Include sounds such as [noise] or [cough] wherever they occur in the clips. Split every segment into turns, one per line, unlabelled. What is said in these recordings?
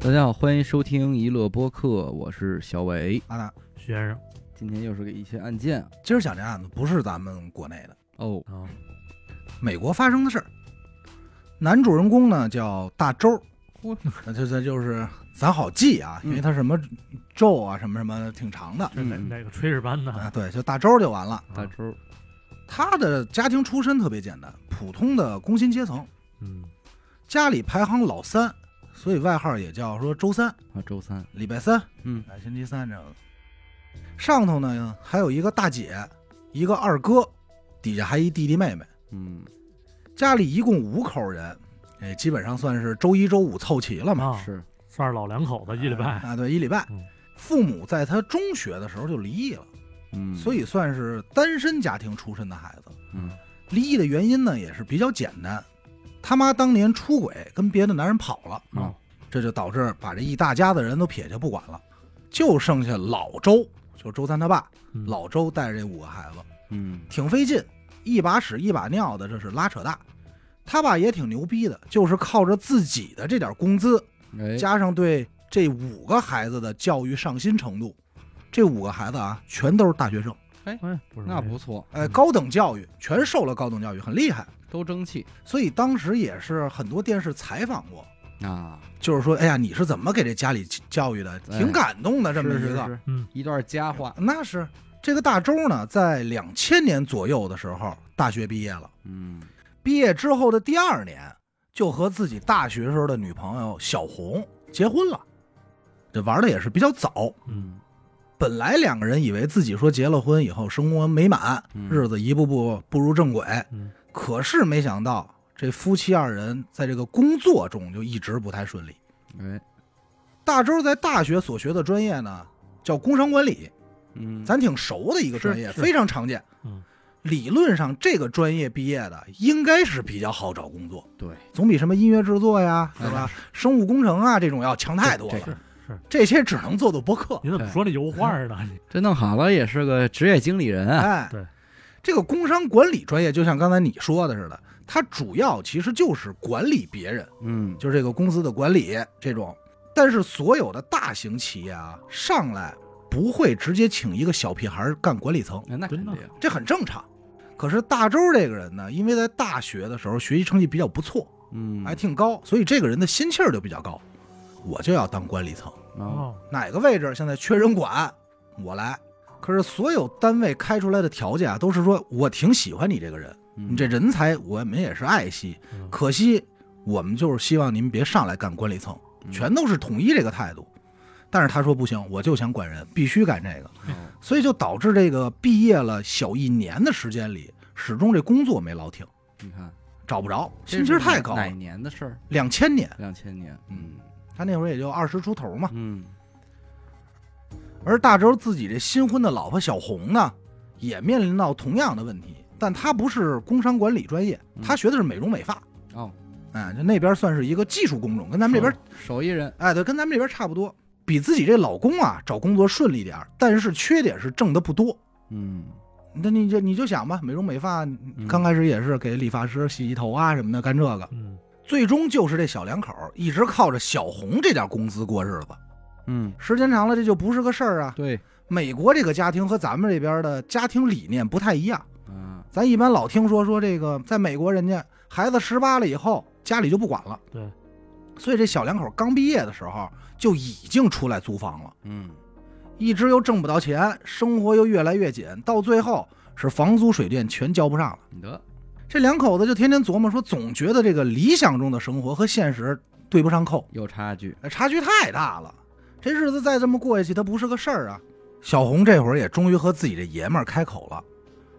大家好，欢迎收听娱乐播客，我是小伟。
阿达，
徐先生
今天又是个一些案件
啊
啊
今儿讲这案子不是咱们国内的，
哦，
啊，
美国发生的事儿。男主人公呢叫大周
嚯，
那这这就是咱好记啊，因为他什么周啊什么什么的挺长的
这哪
嗯
哪个炊事班的？
啊，对，就大周就完了。
大
啊
周，
他的家庭出身特别简单，普通的工薪阶层，
嗯，
家里排行老三，所以外号也叫说周三、
啊，周三，
礼拜三，
嗯，
哎，星期三这样的。上头呢还有一个大姐，一个二哥，底下还一弟弟妹妹。
嗯，
家里一共五口人，哎，基本上算是周一周五凑齐了嘛。
啊，
是，
算是老两口子一礼拜，
啊，对，一礼拜
嗯。
父母在他中学的时候就离异了，
嗯，
所以算是单身家庭出身的孩子。
嗯，
离异的原因呢也是比较简单，他妈当年出轨跟别的男人跑了，
啊
哦，
这就导致把这一大家子人都撇下不管了，就剩下老周，就是周三他爸，
嗯
老周带着这五个孩子
嗯，
挺费劲，一把屎一把尿的，这是拉扯大。他爸也挺牛逼的，就是靠着自己的这点工资，
哎，
加上对这五个孩子的教育上心程度，这五个孩子啊，全都是大学生，嗯
哎，不是
那不错，
哎，
嗯
高等教育全受了高等教育，很厉害。
都争气
所以当时也是很多电视采访过，
啊，
就是说，哎呀，你是怎么给这家里教育的？
哎
挺感动的，这么一
是
个。
是是，
嗯
一段佳话，
那是这个大周呢，在两千年左右的时候，大学毕业了。
嗯，
毕业之后的第二年，就和自己大学时候的女朋友小红结婚了。这玩的也是比较早，
嗯，
本来两个人以为自己说结了婚以后生活美满，
嗯
日子一步步步入正轨，
嗯
可是没想到这夫妻二人在这个工作中就一直不太顺利。
哎，
大周在大学所学的专业呢叫工商管理，
嗯，
咱挺熟的一个专业，
是是
非常常见。
嗯，
理论上这个专业毕业的应该是比较好找工作，
对，
总比什么音乐制作呀，
哎
是吧？生物工程啊这种要强太多
这
了。
是是，
这些只能做做播
[laughs]
客。
你怎么说那油画呢？
嗯
这弄好了也是个职业经理人啊，
哎，
对，
这个工商管理专业就像刚才你说的似的，它主要其实就是管理别人，
嗯，
就是这个公司的管理这种。但是所有的大型企业啊，上来不会直接请一个小屁孩儿干管理层，
哎那肯
真的
定，
这很正常。可是大周这个人呢，因为在大学的时候学习成绩比较不错，
嗯，
还挺高，所以这个人的心气儿就比较高。我就要当管理层，
哦，
哦，
哪个位置现在缺人管，我来。可是所有单位开出来的条件啊，都是说我挺喜欢你这个人，
嗯
你这人才我们也是爱惜，
嗯
可惜我们就是希望您别上来干管理层，
嗯
全都是统一这个态度。但是他说不行，我就想管人，必须干这个。
哦
[laughs] 所以就导致这个毕业了小一年的时间里，始终这工作没落停，
你看，
找不着，
这
心气儿
是
太高
哪哪
了。
年的事儿？
两千年，
两千年，嗯
他那会儿也就二十出头嘛。
嗯，
而大周自己这新婚的老婆小红呢，也面临到同样的问题，但她不是工商管理专业，
嗯
她学的是美容美发。
哦，
哎，就那边算是一个技术工种，跟咱们这边，
手艺人，
哎，对，跟咱们这边差不多。比自己这老公啊找工作顺利点儿，但是缺点是挣的不多。
嗯，
那你就你就想吧，美容美发刚开始也是给理发师洗洗头啊什么的干这个，
嗯，
最终就是这小两口一直靠着小红这点工资过日子，
嗯，
时间长了这就不是个事儿啊。
对，
美国这个家庭和咱们这边的家庭理念不太一样，
啊，
咱一般老听说说这个，在美国人家孩子十八了以后家里就不管了，
对，
所以这小两口刚毕业的时候就已经出来租房了，
嗯，
一直又挣不到钱，生活又越来越紧，到最后是房租水电全交不上了。
你得，
这两口子就天天琢磨说，总觉得这个理想中的生活和现实对不上扣，
有差距，
哎差距太大了。这日子再这么过下去，它不是个事儿啊。小红这会儿也终于和自己这爷们儿开口了，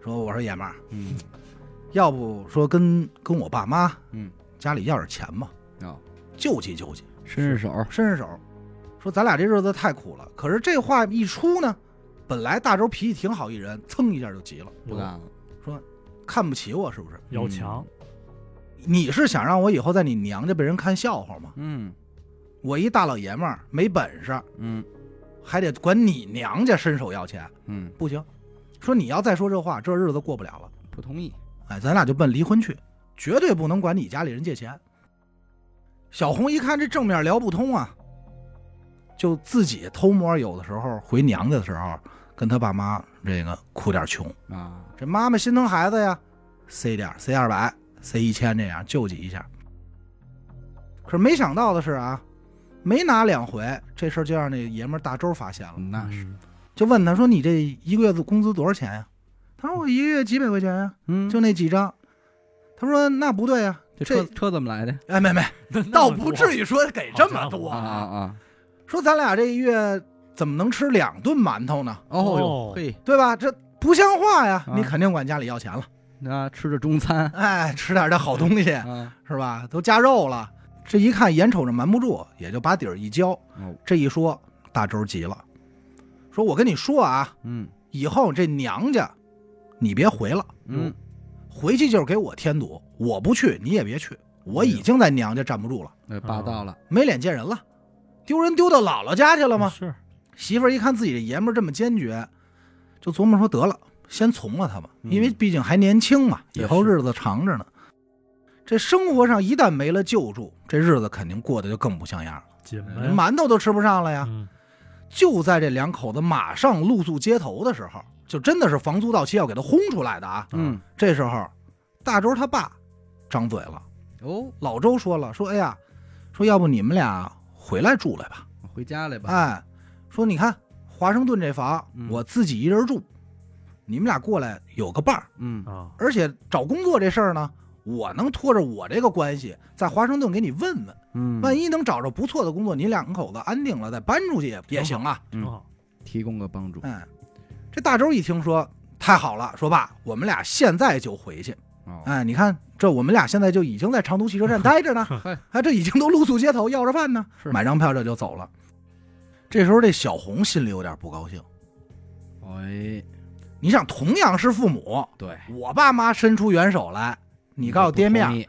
说：“我说爷们儿，
嗯，
要不说跟跟我爸妈，
嗯，
家里要点钱吧，
哦，
救济救济，
伸伸手，
伸伸手。”说咱俩这日子太苦了。可是这话一出呢，本来大周脾气挺好一人，噌一下就急了，
不干了，嗯
看不起我是不是？
要强，
嗯你是想让我以后在你娘家被人看笑话吗？
嗯
我一大老爷们儿没本事，
嗯
还得管你娘家伸手要钱，
嗯，
不行。说你要再说这话，这日子过不了了。
不同意，
哎，咱俩就奔离婚去，绝对不能管你家里人借钱。小红一看这正面聊不通啊，就自己偷摸有的时候回娘家的时候，跟他爸妈这个哭点穷，
啊，
这妈妈心疼孩子呀，塞点儿塞二百，塞一千这样救济一下。可是没想到的是啊，没拿两回，这事儿就让那爷们儿大周发现了，
那是，
嗯
就问他说：“你这一个月的工资多少钱呀？”他说：“我一个月几百块钱呀，
嗯，
就那几张。”他说：“那不对呀，
这
这
车车怎么来的？
哎没没，
那那
倒
么
不
多
至于说给这么多
啊啊啊！
说咱俩这一月怎么能吃两顿馒头呢？
哦
哦
呦嘿，
对吧？这不像话呀！
啊
你肯定管家里要钱了。
那吃着中餐
哎，吃点这好东西
啊，
是吧？都加肉了，这一看眼瞅着瞒不住，也就把底儿一交。
哦
这一说，大周急了，说：“我跟你说啊，
嗯
以后这娘家你别回了，
嗯，
回去就是给我添堵，我不去你也别去，
哎
我已经在娘家站不住了，
那霸道了，
没脸见人了，丢人丢到姥姥家去了吗？”
是，
媳妇儿一看自己这爷们儿这么坚决，就琢磨说得了，先从了他吧，
嗯
因为毕竟还年轻嘛，
也
以
是
后日子长着呢。这生活上一旦没了救助，这日子肯定过得就更不像样了，
紧
连
呗。
馒头都吃不上了呀。
哎嗯，
就在这两口子马上露宿街头的时候，就真的是房租到期要给他轰出来的啊。
嗯
这时候，大周他爸张嘴了，
哦，
老周说了，说哎呀，说要不你们俩回来住来吧。
回家来吧，
哎，说你看华盛顿这房，
嗯
我自己一人住，你们俩过来有个伴儿，
嗯
啊，
而且找工作这事儿呢，我能拖着我这个关系在华盛顿给你问问，
嗯，
万一能找着不错的工作，你两口子安定了再搬出去也也行啊。
挺好。
提供个帮助
哎，这大周一听说，太好了，说爸，我们俩现在就回去。
哦，
哎，你看这我们俩现在就已经在长途汽
[laughs]
车站待着呢
嘿，
哎，这已经都露宿街头要着饭呢，
是
买张票这就走了。这时候这小红心里有点不高兴。
哎，
你想，同样是父母，
对，
我爸妈伸出援手来，你告诉爹面儿，
你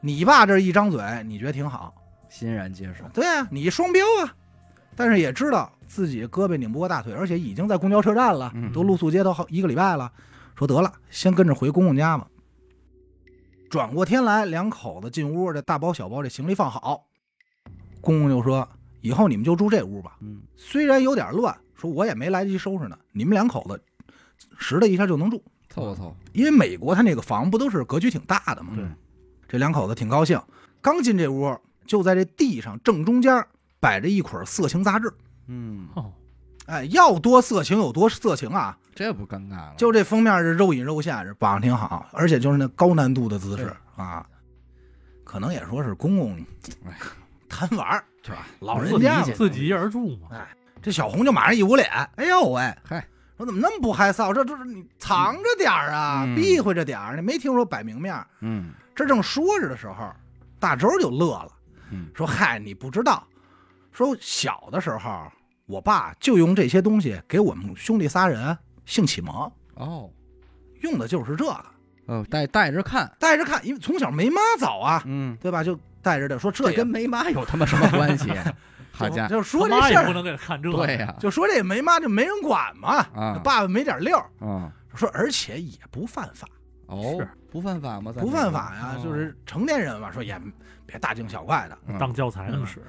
你爸这一张嘴，你觉得挺好，
欣然接受，
对啊，你双标啊，但是也知道自己胳膊拧不过大腿，而且已经在公交车站了，
嗯
都露宿街头好一个礼拜了，说得了，先跟着回公公家吧。转过天来，两口子进屋，这大包小包这行李放好，公公就说：“以后你们就住这屋吧，
嗯，
虽然有点乱，说我也没来得及收拾呢，你们两口子拾掇一下就能住。”
凑合凑合，嗯
因为美国它那个房不都是格局挺大的嘛。
嗯对，
这两口子挺高兴，刚进这屋，就在这地上正中间摆着一捆色情杂志。
嗯，
哦，
哎，要多色情有多色情啊！
这不尴尬了，
就这封面是肉隐肉现，这绑得挺好，而且就是那高难度的姿势
对
啊。可能也说是公公
哎
贪玩儿是吧？老
自
人
理
家嘛哎
解
哦自己一人住嘛，
这小红就马上一捂脸，哎呦喂，
嗨，
说怎么那么不害臊？这这这你藏着点儿啊，
嗯
避讳着点儿，你没听说摆明面儿？
嗯
这正说着的时候，大周就乐了
嗯，
说：“嗨，你不知道，说小的时候，我爸就用这些东西给我们兄弟仨人性启蒙，
哦
用的就是这个。
哦，带带着看，
带着看，因为从小没妈早啊，
嗯，
对吧？就带着这说这
这跟没妈有他妈什
[laughs]
么关系？啊好
也
家伙，
就说这
他妈
事
也不
儿，
能给他看这，
对，呀，
就说这没妈就没人管嘛，
啊
爸爸没点溜儿。
嗯，
说而且也不犯法，
哦，不犯法吗？在
不
美国
犯法呀，
哦
就是成年人嘛。说也别大惊小怪的。
嗯
当教材呢
嗯
嘛，
是，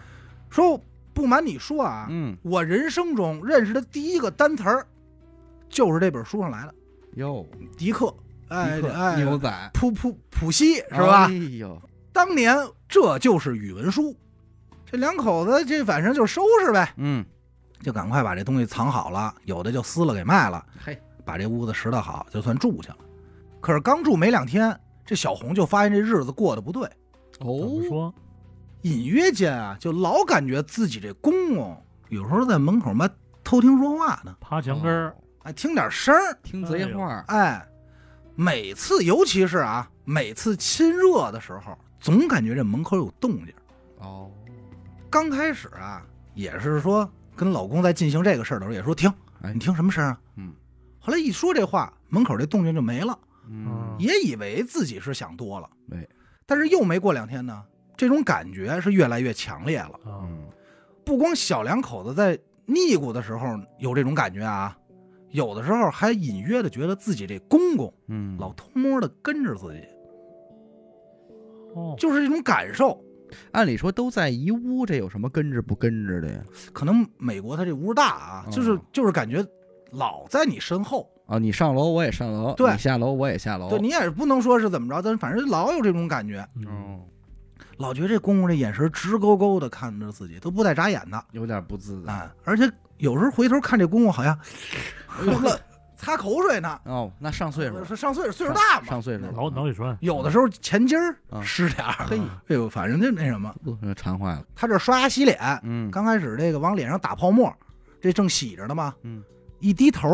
说不瞒你说啊，
嗯
我人生中认识的第一个单词儿，就是这本书上来的
哟，
迪克，
迪
哎
克
哎，
牛仔
普普普西是吧？
哎呦，
当年这就是语文书，这两口子这反正就收拾呗，
嗯，
就赶快把这东西藏好了，有的就撕了给卖了，
嘿，
把这屋子拾掇好，就算住去了。可是刚住没两天，这小红就发现这日子过得不对，
怎
哦
么，说？
隐约间啊，就老感觉自己这公公有时候在门口嘛偷听说话呢，
爬墙根儿
哦，
哎，听点声儿。
听贼话儿，
哎，每次尤其是啊，每次亲热的时候，总感觉这门口有动静。
哦，
刚开始啊，也是说跟老公在进行这个事儿的时候，也说听，
哎
你听什么声啊？
嗯。
后来一说这话，门口这动静就没了，
嗯，
也以为自己是想多了。
哎
但是又没过两天呢，这种感觉是越来越强烈了。
啊，
嗯，
不光小两口子在腻咕的时候有这种感觉啊，有的时候还隐约的觉得自己这公公
嗯，
老偷摸的跟着自己。
哦，
就是这种感受。
按理说都在一屋，这有什么跟着不跟着的呀？
可能美国它这屋大啊，就是
哦
就是感觉老在你身后，
啊，你上楼我也上楼，
对
你下楼我也下楼。
对你也不能说是怎么着，但是反正老有这种感觉，
嗯，
哦，
老觉得这公公这眼神直勾勾的看着自己，都不带眨眼的，
有点不自在。
哎，而且有时候回头看这公公好像乐擦口水呢，
哎哦，那上岁数了，
是上岁数岁数大嘛，
上岁数了，
嗯
脑脑血栓，
有的时候前襟儿
啊
湿点儿，
嘿，
哎呦，反正就那什么，
不馋坏了。
他这刷牙洗脸，
嗯，
刚开始这个往脸上打泡沫，这正洗着呢嘛，
嗯，
一低头，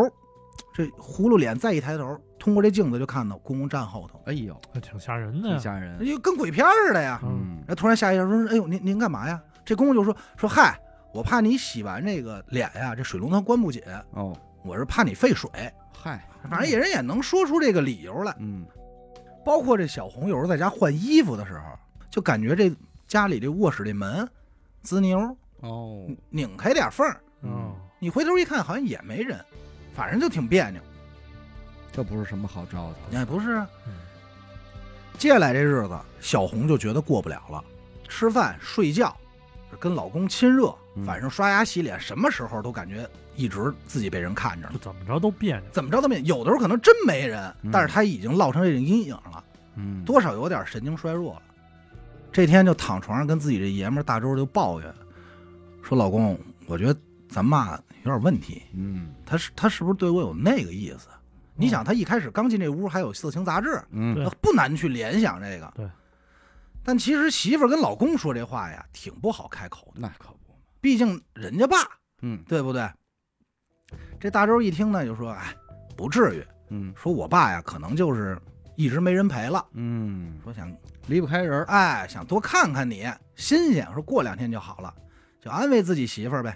这葫芦脸再一抬头，通过这镜子就看到公公站后头，
哎呦，
还挺吓人的
挺
呀。
吓人。
因为跟鬼片儿似的呀。
嗯
然，后突然下一下说：“哎呦，您您干嘛呀？”这公公就说：“说嗨，我怕你洗完这个脸呀，这水龙头关不紧，
哦，
我是怕你费水。
嗨，
反正也人也能说出这个理由来。
嗯，
包括这小红有时候在家换衣服的时候，就感觉这家里这卧室这门滋牛
哦，
拧开点缝儿，
嗯，
你回头一看好像也没人，反正就挺别扭。
这不是什么好招的。
哎，不是啊
嗯，
接下来这日子，小红就觉得过不了了，吃饭、睡觉，跟老公亲热，
嗯
反正刷牙、洗脸，什么时候都感觉一直自己被人看着了
就。怎么着都别扭。
怎么着都没，有的时候可能真没人，
嗯
但是她已经落成这种阴影了，
嗯，
多少有点神经衰弱了。这天就躺床上跟自己这爷们儿大周就抱怨，说：“老公，我觉得咱妈有点问题，
嗯
她是她是不是对我有那个意思？你想，她一开始刚进这屋还有色情杂志，
嗯
对
那不难去联想这个。
对。
但其实媳妇儿跟老公说这话呀，挺不好开口的，
那可不。
毕竟人家爸，
嗯
对不对？这大周一听呢，就说：“哎，不至于。
嗯
说我爸呀，可能就是一直没人陪了，
嗯，
说想
离不开人儿。
哎想多看看你，新鲜。说过两天就好了，就安慰自己媳妇儿呗。”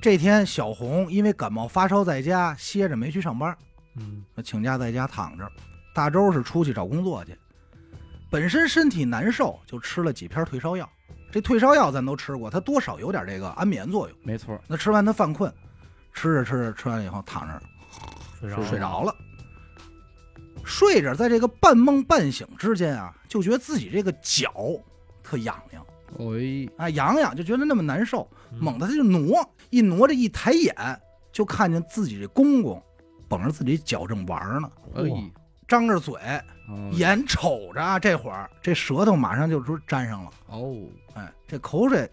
这天，小红因为感冒发烧在家歇着，没去上班。
嗯，
请假在家躺着。大周是出去找工作去，本身身体难受，就吃了几片退烧药。这退烧药咱都吃过，它多少有点这个安眠作用。
没错，
那吃完它犯困，吃着吃着吃完以后躺着
睡着了
睡着了，睡着在这个半梦半醒之间啊，就觉得自己这个脚特痒痒，
哎，
哎痒痒就觉得那么难受，
嗯
猛地他就挪，一挪这一抬眼就看见自己这公公捧着自己脚正玩呢，
哎，
张着嘴
哦
眼瞅着啊，这会儿这舌头马上就直粘上了，
哦，
哎，这口水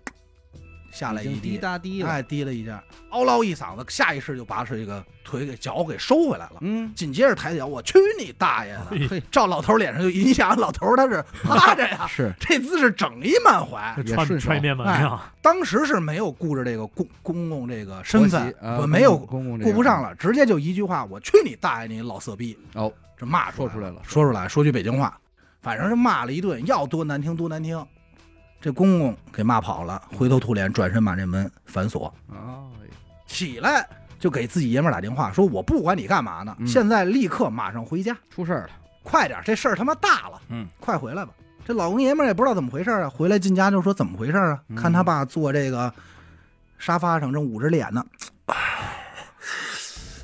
下来
已
一
经滴
滴，
答滴了。
哎，滴了一下，嗷唠一嗓子，下意识就把这个腿给脚给收回来了。
嗯，哎
紧接着抬脚，我去你大爷的！
[laughs] 嘿
嘿，
照老头脸上就一下，老头他是趴
[laughs]
着呀，
是
这姿势整一满怀
这。
也
踹
顺手
踹面
哎
啊门呀，
当时是没有顾着这个公公公这个身
国
份
籍，啊
我没有
公公
顾不上
了。
了，直接就一句话：“我去你大爷，你老色逼！”
哦，
这骂
说
出
出
来
来
了
了
说出来，说句北京话，反正是骂了一顿，要多难听多难听。这公公给骂跑了，灰头土脸，转身把这门反锁，
啊，
起来就给自己爷们儿打电话，说：“我不管你干嘛呢，
嗯
现在立刻马上回家，
出事儿了。
快点儿，这事儿他妈大了，
嗯，
快回来吧。”这老公爷们儿也不知道怎么回事儿啊，回来进家就说怎么回事儿啊？
嗯
看他爸坐这个沙发上正捂着脸呢，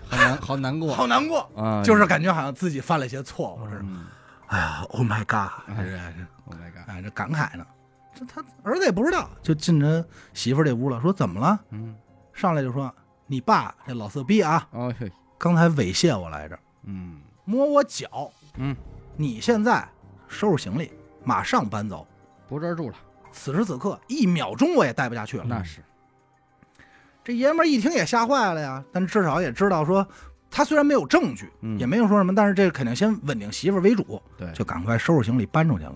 好难，好难过
好难过，
啊，
就是感觉好像自己犯了一些错误似的。
嗯
哎呀，Oh my god！
哎
这是这是
，Oh my god，
哎，这感慨呢。这他儿子也不知道，就进人媳妇儿这屋了，说怎么了？
嗯，
上来就说你爸这老色逼啊，
哦嘿，
刚才猥亵我来着，
嗯
摸我脚，
嗯，
你现在收拾行李，马上搬走。
不这儿住了，
此时此刻，一秒钟我也待不下去了。
那是，
这爷们儿一听也吓坏了呀，但至少也知道说，他虽然没有证据，
嗯
也没有说什么，但是这肯定先稳定媳妇儿为主，
对，
就赶快收拾行李搬出去了。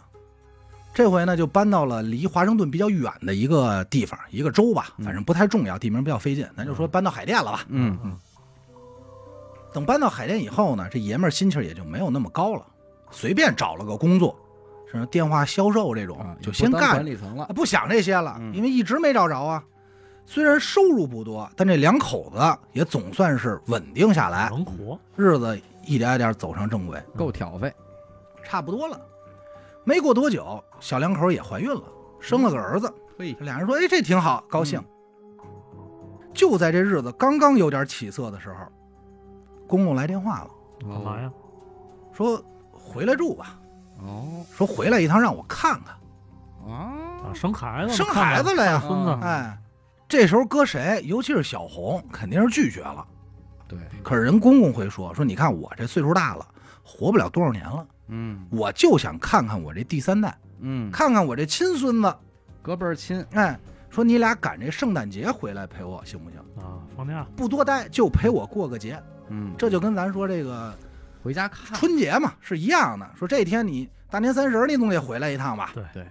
这回呢，就搬到了离华盛顿比较远的一个地方，一个州吧，
嗯
反正不太重要，地名比较费劲，咱就说搬到海淀了吧。
嗯，
等搬到海淀以后呢，这爷们儿心气儿也就没有那么高了，随便找了个工作，什么电话销售这种，
啊，
就
也不
先
当管
干，
理层了
啊，不想这些了，
嗯
因为一直没找着啊。虽然收入不多，但这两口子也总算是稳定下来，
哦
能活，
日子一点点走上正轨。
够挑费，
差不多了。没过多久，小两口也怀孕了，生了个儿子。
嘿，
俩人说：“哎，这挺好，高兴。就在这日子刚刚有点起色的时候，公公来电话了，
嗯干嘛
哦
呀？
说：“回来住吧。”
哦
说：“回来一趟，让我看看。
啊，
生孩子呢，
哦生
看看
孩子了呀
孙子，
哎，这时候搁谁，尤其是小红，肯定是拒绝了。
对，
可是人公公会说说，你看我这岁数大了，活不了多少年了，
嗯
我就想看看我这第三代，
嗯，
看看我这亲孙子。
隔辈儿亲，
哎，说你俩赶这圣诞节回来陪我行不行？
啊，放假
不多待，就陪我过个节。
嗯，
这就跟咱说这个
回家看，
春节嘛是一样的。说这天你大年三十儿你总得回来一趟吧？
对，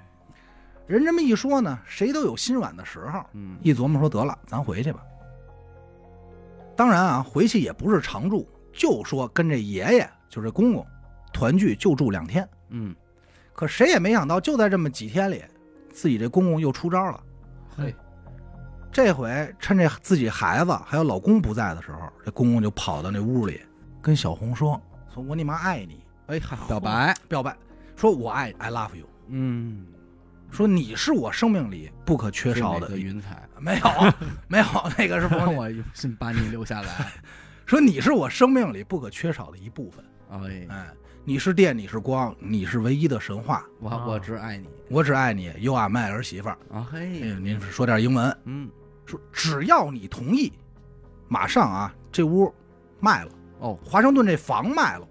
人这么一说呢，谁都有心软的时候。
嗯
一琢磨说得了，咱回去吧。当然啊，回去也不是常住，就说跟这爷爷，就是这公公团聚，就住两天。
嗯，
可谁也没想到，就在这么几天里，自己这公公又出招了。
嘿，
这回趁这自己孩子还有老公不在的时候，这公公就跑到那屋里跟小红说：“说我你妈爱你，
哎嗨，表白，
表白，说我爱你，I love you，
嗯，
说你是我生命里不可缺
缺
少
少
的
的。”云彩，
没有， [laughs] 没有，那个是冯
让
巩
[laughs] 我用心把你留下来， [laughs]
说你是我生命里不可缺少的一部分。
哎，
哎，你是电，你是光，你是唯一的神话。
我
啊
我只爱你
我只爱你，又爱麦儿媳妇儿。
啊，
哎
嘿，
您说点英文，
嗯，
说只要你同意，马上啊，这屋卖了，
哦，
华盛顿这房卖了，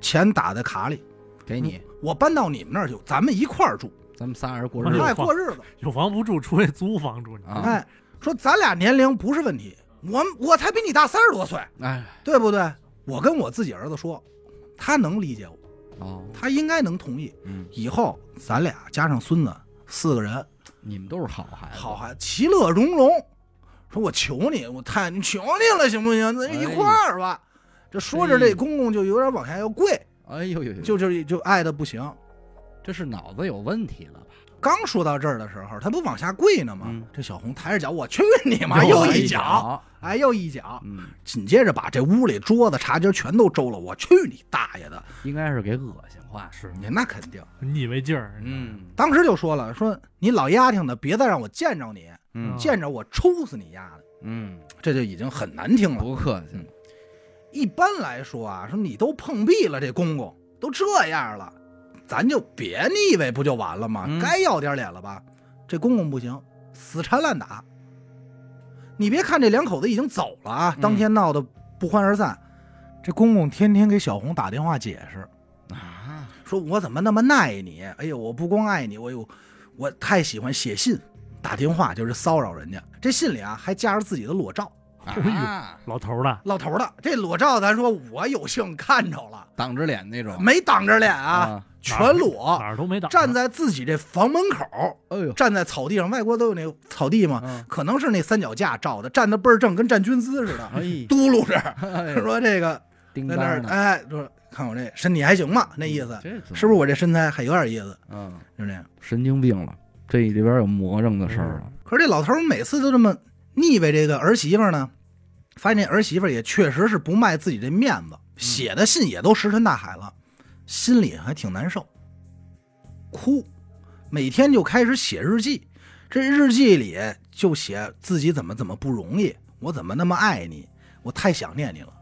钱打在卡里，
给你，
我搬到你们那儿去，咱们一块儿住，
咱们仨人过
哎
日
呦
子
爱过日子。
有房不住，出去租房住，你
啊，
哎，说咱俩年龄不是问题，我我才比你大三十多岁，
哎，
对不对？我跟我自己儿子说，他能理解我，
哦，
他应该能同意。
嗯，
以后咱俩加上孙子四个人，
你们都是好孩子，
好孩子，其乐融融。说我求你，我太你求你了，行不行？咱一块儿吧。这说着，
哎
这公公就有点往下要跪，
哎呦呦呦，
就就就爱的不行。
这是脑子有问题了吧？
刚说到这儿的时候，他不往下跪呢吗？
嗯
这小红抬着脚，我去你妈！
又
又
一
脚，，哎，又一脚。
嗯，
紧接着把这屋里桌子、茶几全都周了。我去你大爷的！
应该是给恶心坏，
是
你那肯定，
腻味劲儿，
嗯
当时就说了，说你老丫挺的，别再让我见着你，
嗯
见着我抽死你丫的！
嗯，
这就已经很难听了。
不客气，
嗯一般来说啊，说你都碰壁了，这公公都这样了，咱就别腻歪不就完了吗？
嗯
该要点脸了吧？这公公不行，死缠烂打。你别看这两口子已经走了啊，
嗯
当天闹得不欢而散，这公公天天给小红打电话解释，
啊，
说我怎么那么爱你？哎呦，我不光爱你，我有我太喜欢写信、打电话，就是骚扰人家。这信里啊还夹着自己的裸照，
啊，
老头儿的，
老头儿的这裸照，咱说我有幸看着了。
挡着脸那种，
没挡着脸啊，
啊，
全
哪
裸
儿都没挡，
哦站在自己这房门口，
哎呦，
站在草地上。外国都有那草地嘛， [laughs]
嗯，
可能是那三脚架照的，站得倍儿正，跟站军姿似的，
哎，
嘟噜着
哎
说这个
叮
在那
当，
儿
呢，嗯
哎，说看我这身体还行吧，那意思
这怎么
是不是我这身材还有点意思？
嗯，
就这样。
神经病了，这里边有魔怔的事儿了，
可是这老头儿每次都这么腻歪这个儿媳妇儿呢，发现这儿媳妇儿也确实是不卖自己这面子，写的信也都石沉大海了，心里还挺难受，哭，每天就开始写日记，这日记里就写自己怎么怎么不容易，我怎么那么爱你，我太想念你了。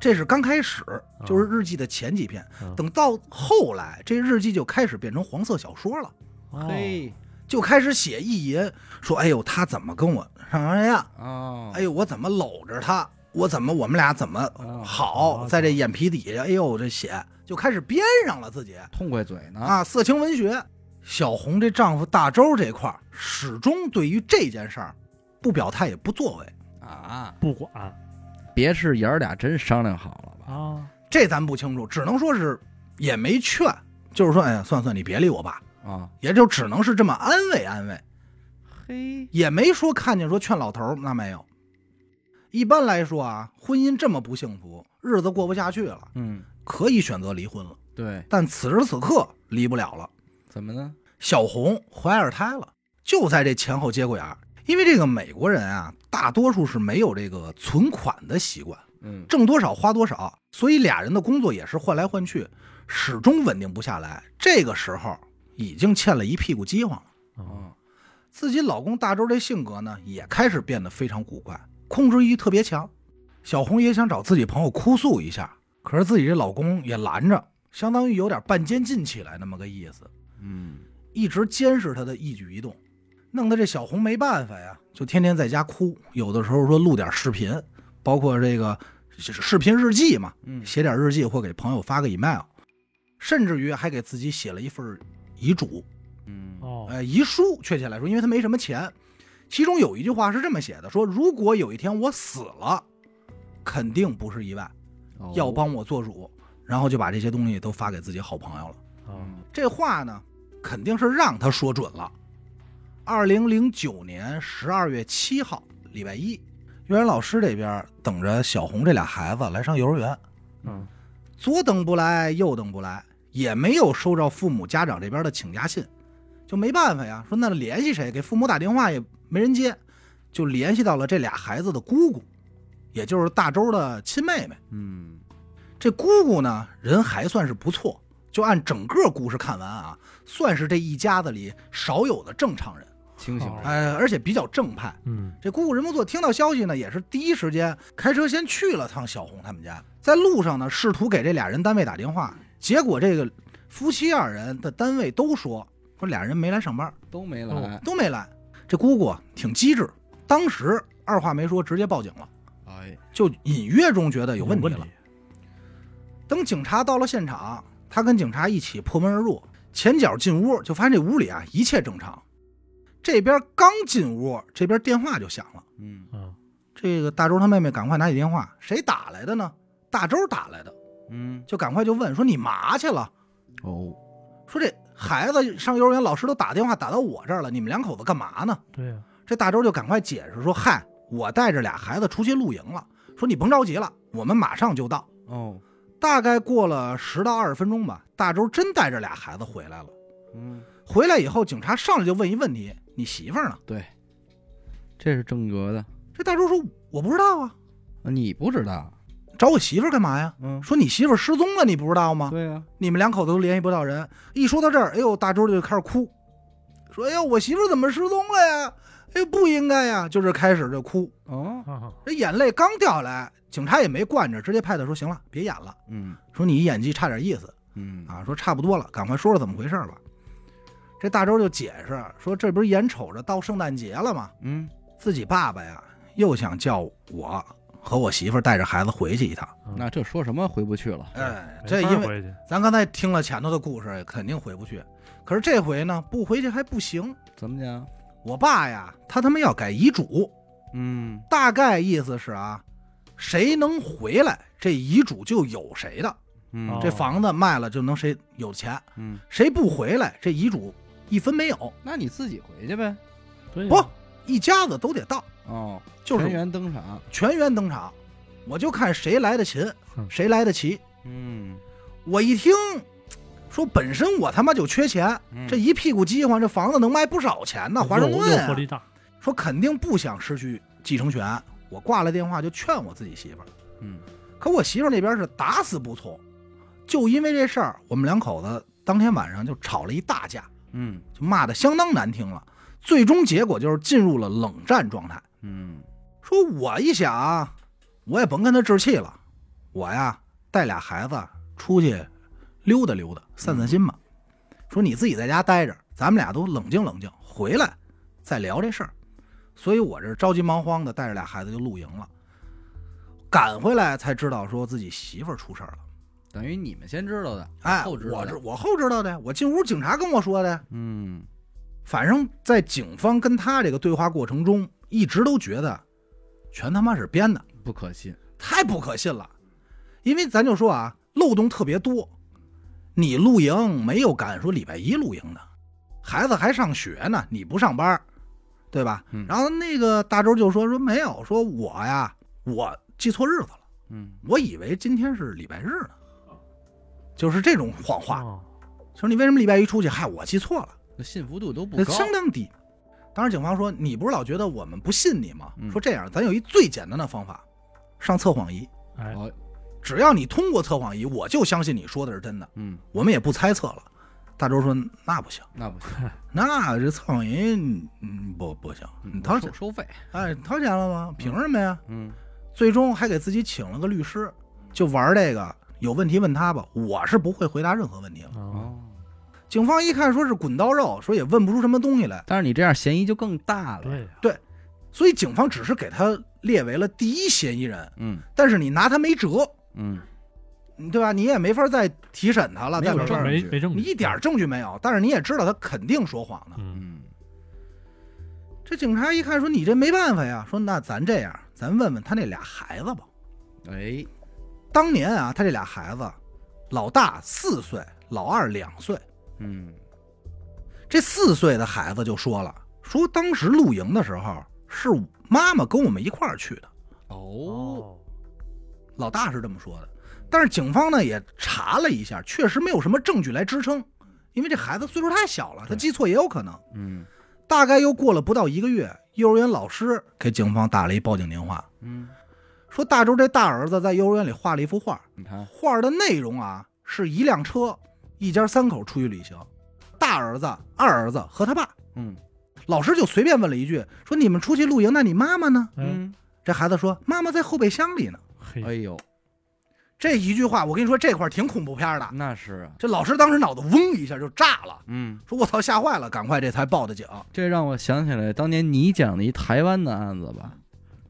这是刚开始，就是日记的前几篇。
嗯
等到后来，这日记就开始变成黄色小说了。
哦，
嘿，
就开始写意淫，说：“哎呦，他怎么跟我上人呀？
哦，
哎，呦，我怎么搂着他？我怎么我们俩怎么
哦
好？
哦
在这眼皮底下，哎呦，这写就开始编上了自己
痛快嘴呢，
啊，色情文学。”小红这丈夫大周这块儿始终对于这件事儿不表态也不作为，
啊，
不管
别是爷儿俩真商量好了吧？
啊，
这咱不清楚，只能说是也没劝，就是说，哎呀，算算你别理我吧，
啊，
也就只能是这么安慰安慰。
嘿，
也没说看见说劝老头儿，那没有。一般来说啊，婚姻这么不幸福，日子过不下去了，
嗯，
可以选择离婚了。
对，
但此时此刻离不了了，
怎么呢？
小红怀二胎了，就在这前后节骨眼儿。因为这个美国人啊，大多数是没有这个存款的习惯，
嗯，
挣多少花多少，所以俩人的工作也是换来换去，始终稳定不下来。这个时候已经欠了一屁股饥荒了。
啊
哦，
自己老公大周这性格呢，也开始变得非常古怪，控制欲特别强。小红也想找自己朋友哭诉一下，可是自己这老公也拦着，相当于有点半监禁起来那么个意思，
嗯，
一直监视她的一举一动。弄得这小红没办法呀，就天天在家哭。有的时候说录点视频，包括这个视视频日记嘛，
嗯
写点日记或给朋友发个 email，甚至于还给自己写了一份遗嘱，
嗯
哦，
呃，遗书。确切来说，因为他没什么钱，其中有一句话是这么写的：说如果有一天我死了，肯定不是意外，
哦
要帮我做主。然后就把这些东西都发给自己好朋友了。
哦
嗯
这话呢，肯定是让他说准了。二零零九年十二月七号，礼拜一，幼儿园老师这边等着小红这俩孩子来上幼儿园，
嗯
左等不来，右等不来，也没有收着父母家长这边的请假信，就没办法呀。说那联系谁？给父母打电话也没人接，就联系到了这俩孩子的姑姑，也就是大周的亲妹妹。
嗯
这姑姑呢，人还算是不错，就按整个故事看完啊，算是这一家子里少有的正常人，
清醒了，
呃，而且比较正派。
嗯，
这姑姑人不错，听到消息呢，也是第一时间开车先去了趟小红他们家，在路上呢，试图给这俩人单位打电话，结果这个夫妻二人的单位都说说俩人没来上班，
都没来。
都没来。这姑姑啊挺机智，当时二话没说，直接报警了，
哎，
就隐约中觉得有
有
问题了。等警察到了现场，他跟警察一起破门而入，前脚进屋就发现这屋里啊一切正常。这边刚进屋，这边电话就响了。
嗯
嗯，
这个大周他妹妹赶快拿起电话，谁打来的呢？大周打来的，
嗯，
就赶快就问说你嘛去了？
哦，
说这孩子上幼儿园，老师都打电话打到我这儿了，你们两口子干嘛呢？
对呀，
这大周就赶快解释说，嗨，我带着俩孩子出去露营了，说你甭着急了，我们马上就到。
哦，
大概过了十到二十分钟吧，大周真带着俩孩子回来了。
嗯，
回来以后，警察上来就问一问题：“你媳妇儿呢
这是正格的，？”
这大周说：“我不知道啊，
啊你不知道？
找我媳妇儿干嘛呀？”
嗯，
说：“你媳妇儿失踪了，你不知道吗
对呀，？”
你们两口子都联系不到人。一说到这儿，哎呦，大周就开始哭，说：“哎呦，我媳妇儿怎么失踪了呀？哎呦，不应该呀！”就是开始就哭，
哦，
啊
这眼泪刚掉下来，警察也没惯着，直接拍他说：“行了，别演了，
嗯
说你演技差点意思。”
嗯，
啊，说差不多了，赶快说说怎么回事吧。这大周就解释说，这不是眼瞅着到圣诞节了吗？
嗯，
自己爸爸呀，又想叫我和我媳妇儿带着孩子回去一趟。
那这说什么回不去了？
哎，
没
这
法
因为
回去
咱刚才听了前头的故事，肯定回不去。可是这回呢，不回去还不行。
怎么讲？
我爸呀，他他妈要改遗嘱，
嗯，
大概意思是啊，谁能回来，这遗嘱就有谁的。
嗯，
这
哦
房子卖了就能谁有钱，
嗯，
谁不回来，这遗嘱一分没有。
那你自己回去呗。
对呀
不一家子都得到，
哦，
就
全
是
员登场。
全员登场，我就看谁来得勤，
嗯
谁来得齐。
嗯，
我一听说，本身我他妈就缺钱，
嗯
这一屁股饥荒，这房子能卖不少钱呢。华盛
诱
顿
诱惑
啊
力大，
说肯定不想失去继承权，我挂了电话就劝我自己媳妇儿，
嗯，
可我媳妇儿那边是打死不从，就因为这事儿，我们两口子当天晚上就吵了一大架，
嗯
就骂得相当难听了，最终结果就是进入了冷战状态。
嗯
说我一想，我也甭跟他置气了，我呀带俩孩子出去溜达溜达，散散心吧。说你自己在家待着，咱们俩都冷静冷静，回来再聊这事儿。所以我这着急忙慌的带着俩孩子就露营了，赶回来才知道说自己媳妇儿出事儿了。
等于你们先知道的。
哎，
后知道
我
的
这我后知道的，我进屋警察跟我说的。
嗯
反正，在警方跟他这个对话过程中，一直都觉得全他妈是编的。
不可信。
太不可信了。因为咱就说啊，漏洞特别多。你露营没有敢说礼拜一露营的，孩子还上学呢，你不上班，对吧？
嗯
然后那个大周就说说没有，说我呀，我记错日子了，
嗯
我以为今天是礼拜日呢，就是这种谎话。
哦
说你为什么礼拜一出去？嗨，我记错了。
那信服度都不
那
高。
相当低。当时警方说：“你不是老觉得我们不信你吗？
嗯
说这样，咱有一最简单的方法，上测谎仪。
哎，
哦，
只要你通过测谎仪，我就相信你说的是真的，
嗯，
我们也不猜测了。”大周说：“那不行，
那不 [laughs] 行，
那这测谎仪，嗯，不不行，你
嗯
掏
收
钱，
收费。
哎，掏钱了吗？凭什么呀？”
嗯
最终还给自己请了个律师，就玩这个，有问题问他吧，我是不会回答任何问题了。
哦
哦，
警方一看说是滚刀肉，说也问不出什么东西来，
但是你这样嫌疑就更大了。
对呀，
所以警方只是给他列为了第一嫌疑人，
嗯
但是你拿他没辙，
嗯，
嗯对吧？你也没法再提审他了，
没
再
有
没
证
法
据，
没没证据，
你一点证据没有，但是你也知道他肯定说谎的。
嗯，
嗯
这警察一看说你这没办法呀，说那咱这样，咱问问他那俩孩子吧。
哎，
当年啊，他这俩孩子，老大四岁，老二两岁。
嗯
这四岁的孩子就说了，说当时露营的时候是妈妈跟我们一块儿去的，
哦，
哦，
老大是这么说的。但是警方呢也查了一下，确实没有什么证据来支撑，因为这孩子岁数太小了，他
对
记错也有可能。
嗯
大概又过了不到一个月，幼儿园老师给警方打了一报警电话，
嗯，
说大周这大儿子在幼儿园里画了一幅画，
你看，
画的内容啊是一辆车，一家三口出去旅行，大儿子、二儿子和他爸。
嗯
老师就随便问了一句，说你们出去露营，那你妈妈呢？
嗯，
嗯，
这孩子说妈妈在后备箱里呢。
哎
嘿，
呦，
这一句话，我跟你说，这块儿挺恐怖片的。
那是啊，
这老师当时脑子嗡一下就炸了，
嗯，
说我操，吓坏了，赶快这才报的警。
这让我想起来当年你讲的一台湾的案子吧，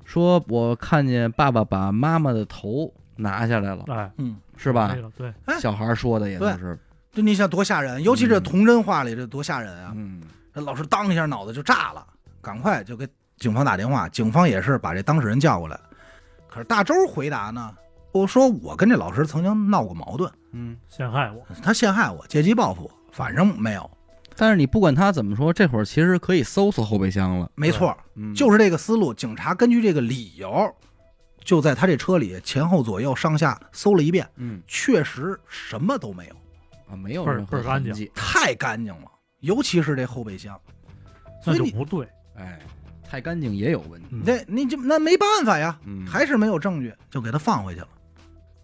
说我看见爸爸把妈妈的头拿下来了，
哎，
嗯，
是吧
对？了，对，
哎
小孩说的也都是，
这你想多吓人，尤其这童真画里这多吓人啊！
嗯
这老师当一下脑子就炸了，赶快就给警方打电话。警方也是把这当事人叫过来。可是大周回答呢，我说我跟这老师曾经闹过矛盾，
嗯。
陷害我，
他陷害我，借机报复我，反正没有，
但是你不管他怎么说，这会儿其实可以搜搜后备箱了，
没错，
嗯，
就是这个思路。警察根据这个理由，就在他这车里前后左右上下搜了一遍，
嗯
确实什么都没有，
啊，没有
倍儿
任何
倍儿干
痕
净
迹，
太干净了，尤其是这后备箱。所
那
以
就
你
不对，
哎，太干净也有问题，
嗯
那你就那没办法呀，
嗯，
还是没有证据，就给他放回去了。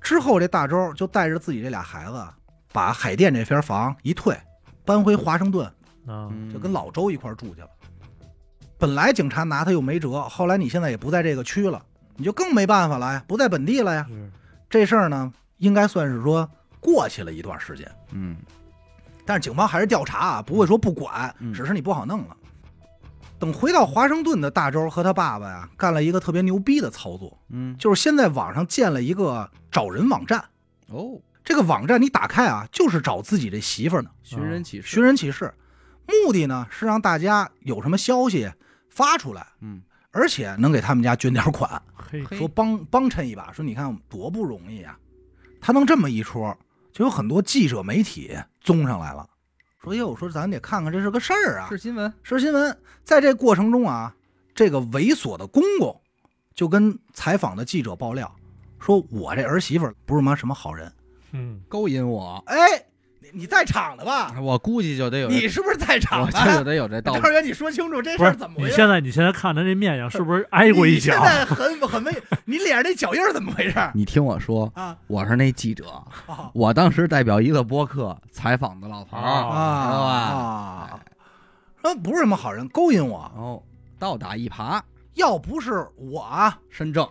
之后，这大周就带着自己这俩孩子，啊把海淀这间房一退，搬回华盛顿，
啊，
嗯
就跟老周一块儿住去了。本来警察拿他又没辙，后来你现在也不在这个区了，你就更没办法了呀，不在本地了呀。
是，
这事儿呢，应该算是说过去了一段时间，
嗯
但是警方还是调查啊，不会说不管
嗯，
只是你不好弄了。等回到华盛顿的大周和他爸爸呀，干了一个特别牛逼的操作，
嗯
就是先在网上建了一个找人网站。
哦，
这个网站你打开啊，就是找自己这媳妇儿呢，
寻人启事，
啊寻人启事。目的呢是让大家有什么消息发出来，
嗯，
而且能给他们家捐点款，
嘿，
嘿
说帮帮衬一把，说你看多不容易啊。他弄这么一说，就有很多记者媒体综上来了，说哟，说咱得看看这是个事儿啊
是，新闻，
是新闻。在这过程中啊，这个猥琐的公公就跟采访的记者爆料说：“我这儿媳妇儿不是什么什么好人。
嗯，
勾引我”，
哎，你你在场的吧？
我估计就得有这，
啊你是不是在场
我
的？
这就得有这道
张 [laughs]
理，
元，你说清楚这事
不
儿
是
怎，么回
你
事？
现在你现在看他这面相，是不是挨过一
你
脚
现？在很很没，你脸上那脚印儿怎么回事儿
你听我说，
啊？
我是那记者，
啊
我当时代表一个播客采访的老头儿，
哦
知道吧
啊！说不是什么好人，勾引我。
哦，倒打一耙，
要不是我啊
身正，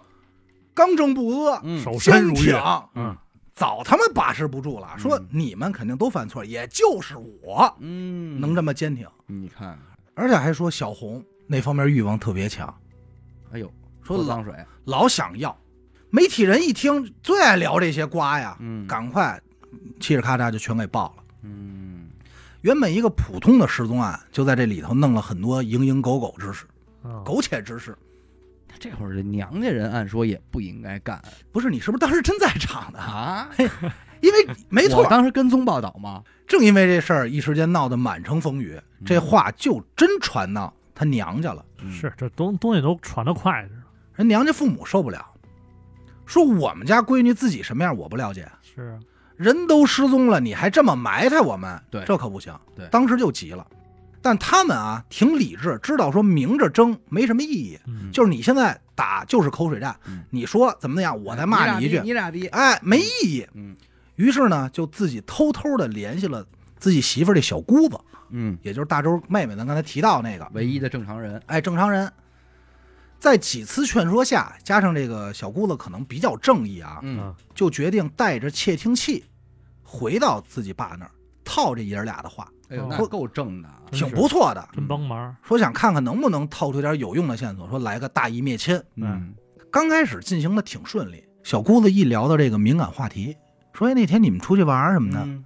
刚正不阿，
嗯，
手伸
坚
如玉
挺，，
嗯
早他妈把持不住了。说
嗯
你们肯定都犯错，也就是我
嗯，
能这么坚挺，
你看，
而且还说小红那方面欲望特别强，
哎呦，泼
说老
脏水，
老想要。媒体人一听最爱聊这些瓜呀，
嗯，
赶快嘁哩咔嚓就全给报了。
嗯，
原本一个普通的失踪案，就在这里头弄了很多蝇营狗苟之事、
嗯
苟且之事。
这会儿这娘家人按说也不应该干
不是你是不是当时真在场的？啊？
啊，
因为没错
我，当时跟踪报道嘛，
正因为这事儿一时间闹得满城风雨，
嗯
这话就真传到他娘家了。
嗯
是，这东东西都传得快着呢，
人娘家父母受不了，说我们家闺女自己什么样我不了解，
是啊，
人都失踪了，你还这么埋汰我们，
对
这可不行。
对
当时就急了。但他们啊，挺理智，知道说明着争没什么意义，
嗯，
就是你现在打就是口水战，
嗯
你说怎么怎么样，我再骂
你
你一句，
俩逼，
哎，没意义。
嗯
于是呢，就自己偷偷的联系了自己媳妇儿这小姑子，
嗯，
也就是大周妹妹，咱刚才提到那个，
唯一的正常人，
哎，正常人。在几次劝说下，加上这个小姑子可能比较正义啊，
嗯，
就决定带着窃听器回到自己爸那儿，套这爷儿俩的话。
哎呦，那
说
够正的啊！
真
挺
是
不错的。
真帮忙，
说想看看能不能套出点有用的线索，说来个大义灭亲。
嗯
刚开始进行的挺顺利，小姑子一聊到这个敏感话题，说哎那天你们出去玩儿什么的，
嗯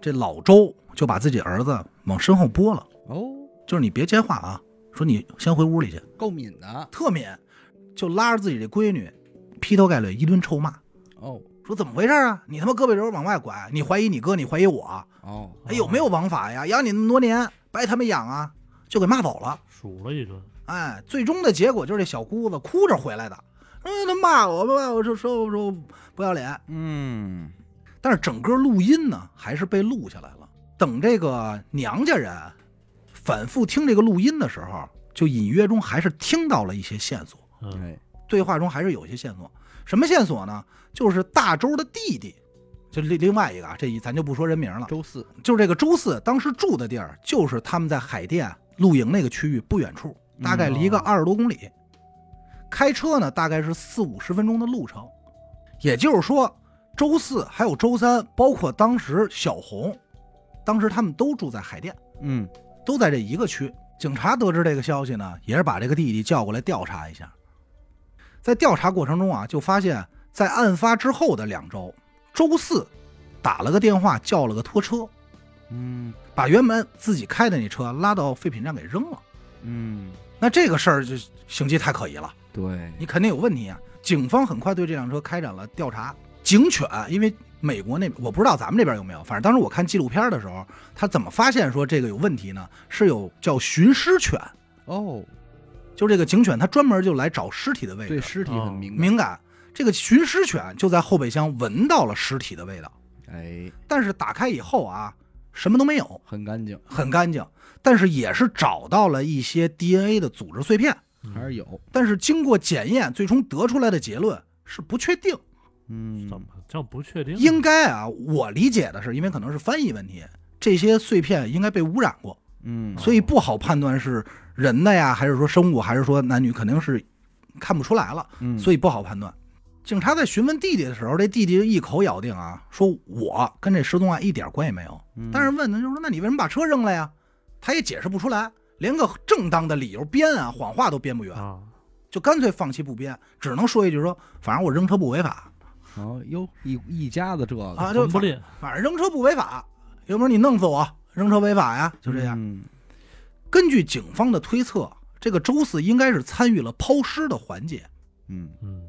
这老周就把自己儿子往身后拨了，
哦，
就是你别接话啊，说你先回屋里去，
够敏的
特敏就拉着自己这闺女，劈头盖脸一顿臭骂，
哦
说怎么回事啊？你他妈胳膊肘往外拐，你怀疑你哥，你怀疑我，
哦，
哎有
啊
没有王法呀？养你那么多年，白他妈养啊，就给骂走了。
数了一顿，
哎，最终的结果就是这小姑子哭着回来的，说他骂我骂我，说说说不要脸。
嗯
但是整个录音呢，还是被录下来了。等这个娘家人反复听这个录音的时候，就隐约中还是听到了一些线索，
嗯，
哎
对话中还是有一些线索。什么线索呢？就是大周的弟弟，就另另外一个啊，这一咱就不说人名了，
周四
就是这个周四当时住的地儿，就是他们在海淀露营那个区域不远处，大概离个
嗯
二十多公里，开车呢大概是四五十分钟的路程。也就是说，周四还有周三，包括当时小红，当时他们都住在海淀，
嗯
都在这一个区。警察得知这个消息呢，也是把这个弟弟叫过来调查一下。在调查过程中啊，就发现，在案发之后的两周，周四打了个电话叫了个拖车，
嗯
把原本自己开的那车拉到废品站给扔了。
嗯，
那这个事儿就行迹太可疑了，
对，
你肯定有问题啊！警方很快对这辆车开展了调查。警犬，因为美国那我不知道咱们这边有没有，反正当时我看纪录片的时候，他怎么发现说这个有问题呢？是有叫寻尸犬，
哦，
就这个警犬它专门就来找尸体的味
对
道，
尸体
哦
很敏感，
敏感。这个寻尸犬就在后备箱闻到了尸体的味道，
哎，
但是打开以后啊，什么都没有。
很干净，
很干净，但是也是找到了一些 DNA 的组织碎片，
嗯
还是有，
但是经过检验，最终得出来的结论是不确定。
嗯，
怎么叫不确定？
应该啊，我理解的是，因为可能是翻译问题，这些碎片应该被污染过，
嗯，
所以不好判断是人的呀，还是说生物，还是说男女，肯定是看不出来了，
嗯
所以不好判断。警察在询问弟弟的时候，这弟弟就一口咬定啊，说我跟这失踪案一点关系没有。
嗯
但是问他就说：“那你为什么把车扔了呀？”他也解释不出来，连个正当的理由编啊，谎话都编不圆，
啊，
就干脆放弃不编，只能说一句说：“反正我扔车不违法，
哦哟，一一家子这个
啊就
魂不吝，
反正扔车不违法，要不然你弄死我，扔车违法呀。”就这样。
嗯
根据警方的推测，这个周四应该是参与了抛尸的环节，
嗯
嗯，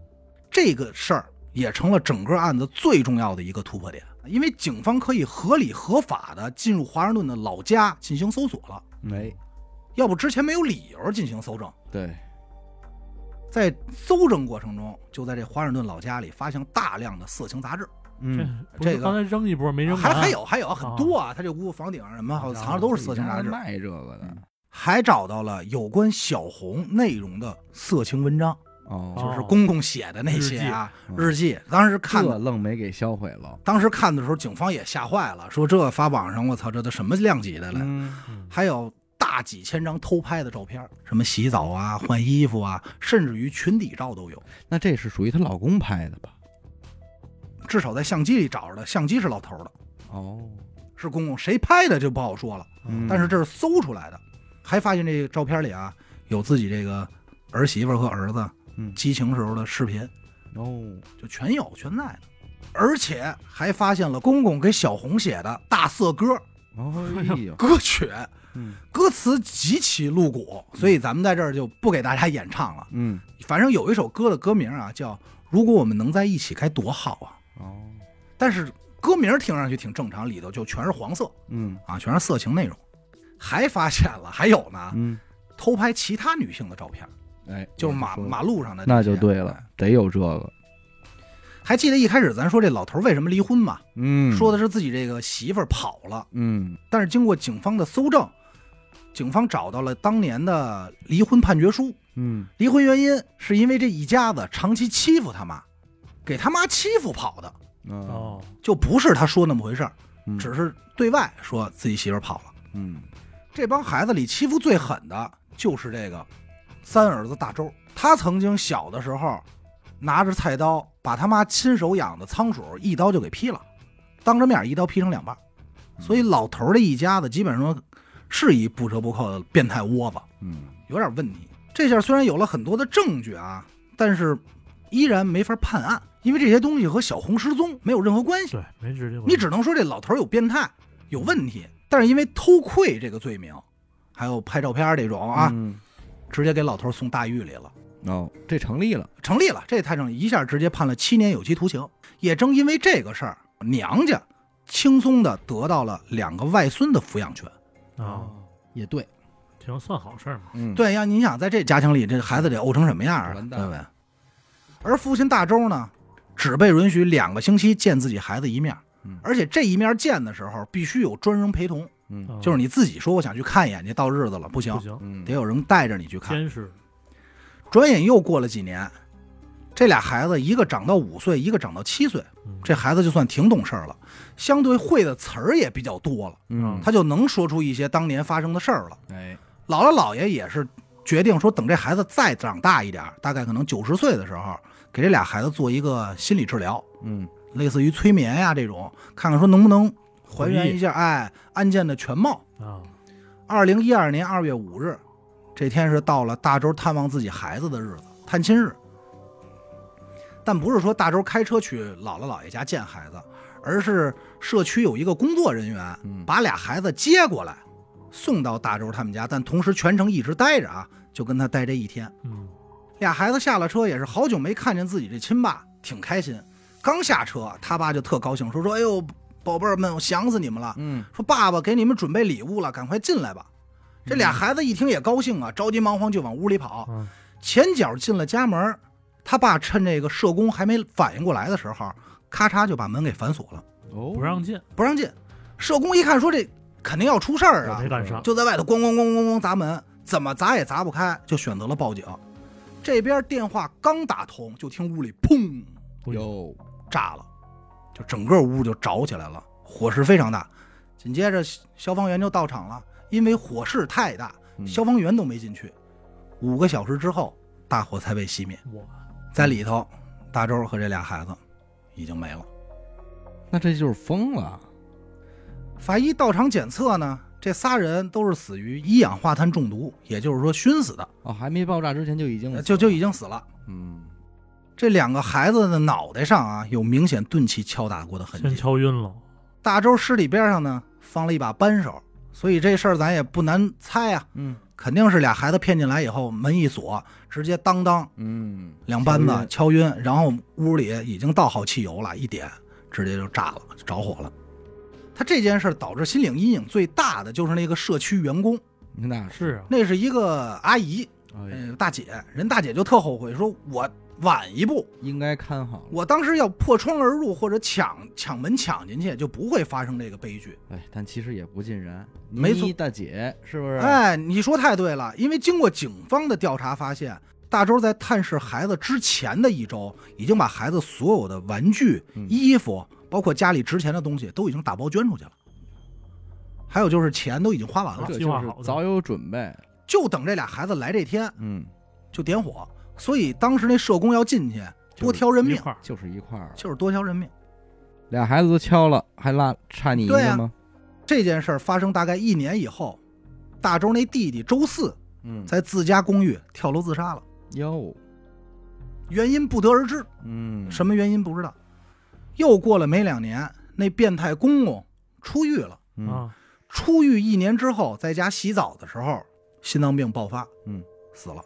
这个事儿也成了整个案子最重要的一个突破点，因为警方可以合理合法的进入华盛顿的老家进行搜索了，
哎，
要不之前没有理由进行搜证。
对，
在搜证过程中，就在这华盛顿老家里发现大量的色情杂志，
这
嗯，
不是
这个
刚才扔一波没扔完，
还还有还有很多啊，他这屋房顶上什么好像藏着都是色情杂志，
卖这个的，
还找到了有关小红内容的色情文章，
哦，
就是公公写的那些啊日记，当时看
这
的。
愣没给销毁了，
当时看的时候，警方也吓坏了，说这发网上，我操，这都什么量级的了？
嗯
嗯，
还有大几千张偷拍的照片，什么洗澡啊、换衣服啊，甚至于裙底照都有。
那这是属于她老公拍的吧？
至少在相机里找着的，相机是老头儿的，
哦，
是公公，谁拍的就不好说了。
啊
嗯
但是这是搜出来的，还发现这个照片里啊有自己这个儿媳妇儿和儿子
嗯
激情时候的视频，
哦，
就全有全在呢。而且还发现了公公给小红写的大色歌
哦， [laughs] 哎呦，
歌曲，
嗯
歌词极其露骨，所以咱们在这儿就不给大家演唱了。
嗯，
反正有一首歌的歌名啊叫《如果我们能在一起该多好啊
哦，》，
但是歌名听上去挺正常，里头就全是黄色
嗯
啊，全是色情内容。还发现了，还有呢，
嗯，
偷拍其他女性的照片，
哎，
就是
我
马
说
马路上的这些。
那就对了
哎。，
得有这个，
还记得一开始咱说这老头为什么离婚吗？
嗯，
说的是自己这个媳妇儿跑了，
嗯，
但是经过警方的搜证，警方找到了当年的离婚判决书。
嗯
离婚原因是因为这一家子长期欺负他妈，给他妈欺负跑的，
嗯，
哦，
就不是他说那么回事儿，
嗯，
只是对外说自己媳妇儿跑了。
嗯，
这帮孩子里欺负最狠的就是这个三儿子大周，他曾经小的时候拿着菜刀把他妈亲手养的仓鼠一刀就给劈了，当着面一刀劈成两半，所以老头儿这一家子基本上是一不折不扣的变态窝子，
嗯
有点问题。这下虽然有了很多的证据啊，但是依然没法判案，因为这些东西和小红失踪没有任何关系。
对，没直接管。
你只能说这老头儿有变态，有问题。但是因为偷窥这个罪名，还有拍照片儿这种啊，
嗯
直接给老头儿送大狱里了。
哦，这成立了，
成立了，这太正，一下直接判了七年有期徒刑。也正因为这个事儿，娘家轻松的得到了两个外孙的抚养权。
啊，
也对，
行，算好事儿嘛。
嗯，
哦对呀，你想在这家庭里，这孩子得怄成什么样啊？
完
对
蛋
不对？而父亲大周呢，只被允许两个星期见自己孩子一面
嗯，
而且这一面见的时候必须有专人陪同，
嗯
啊
就是你自己说我想去看一眼，这到日子了不行
不，行，
嗯
哦得有人带着你去看。
监视
转眼又过了几年，这俩孩子一个长到五岁，一个长到七岁。
嗯
这孩子就算挺懂事儿了，相对会的词儿也比较多了，
嗯，
他就能说出一些当年发生的事儿了。
哎，
姥姥姥爷也是决定说，等这孩子再长大一点儿，大概可能九十岁的时候，给这俩孩子做一个心理治疗，
嗯
类似于催眠呀、这种，看看说能不能还
回
原
忆
一下哎案件的全貌。
啊，
二零一二年二月五日，这天是到了大周探望自己孩子的日子，探亲日。但不是说大周开车去姥姥姥爷家见孩子，而是社区有一个工作人员
嗯，
把俩孩子接过来，送到大周他们家，但同时全程一直待着啊，就跟他待这一天。
嗯，
俩孩子下了车也是好久没看见自己这亲爸，挺开心。刚下车，他爸就特高兴，说说：“哎呦，宝贝儿们，我想死你们了。”
嗯
说爸爸给你们准备礼物了，赶快进来吧。这俩孩子一听也高兴啊，着急忙慌就往屋里跑。
啊
前脚进了家门，他爸趁这个社工还没反应过来的时候，咔嚓就把门给反锁了，
哦，
不让进，
不让进。社工一看说这肯定要出事儿
我
啊
没，敢上。
就在外头咣咣咣咣咣砸门，怎么砸也砸不开，就选择了报警。这边电话刚打通，就听屋里砰
有，
炸了，就整个屋就着起来了，火势非常大。紧接着消防员就到场了，因为火势太大，
嗯
消防员都没进去。五个小时之后，大火才被熄灭，
嗯
我
在里头，大周和这俩孩子已经没了。
那这就是疯了，
法医到场检测呢，这仨人都是死于一氧化碳中毒，也就是说熏死的，
哦，还没爆炸之前就已经
呃就就已经死了。
嗯
这两个孩子的脑袋上啊，有明显钝器敲打过的痕
先
迹。
敲晕了，
大周尸体边上呢放了一把扳手，所以这事儿咱也不难猜啊，
嗯
肯定是俩孩子骗进来以后，门一锁，直接当当
嗯，
两扳
小
子啊
月
敲晕，然后屋里已经倒好汽油了，一点直接就炸了，着火了。他这件事儿导致心理阴影最大的就是那个社区员工，
那是，
是啊，
那是一个阿姨，
哎，
呃，大姐，人大姐就特后悔，说我晚一步，
应该看好了，
我当时要破窗而入或者抢抢门抢进去，就不会发生这个悲剧。
哎，但其实也不尽然，
没错
倪大姐是不是？，
哎，你说太对了，因为经过警方的调查发现，大周在探视孩子之前的一周，已经把孩子所有的玩具、
嗯
衣服，包括家里值钱的东西，都已经打包捐出去了。还有就是钱都已经花完了，
这
计
就
划
是
好的
早有准备，
就等这俩孩子来这天
嗯，
就点火。所以当时那社工要进去多挑人
一
命，
块儿
就是一块儿，
就是多挑人命。
俩孩子都敲了，还落差你一
对啊
个吗？
这件事儿发生大概一年以后，大周那弟弟周四
嗯，
在自家公寓跳楼自杀了，
哟，
原因不得而知，
嗯，
什么原因不知道。又过了没两年，那变态公公出狱了。
嗯
啊，
出狱一年之后，在家洗澡的时候，心脏病爆发，
嗯，
死了。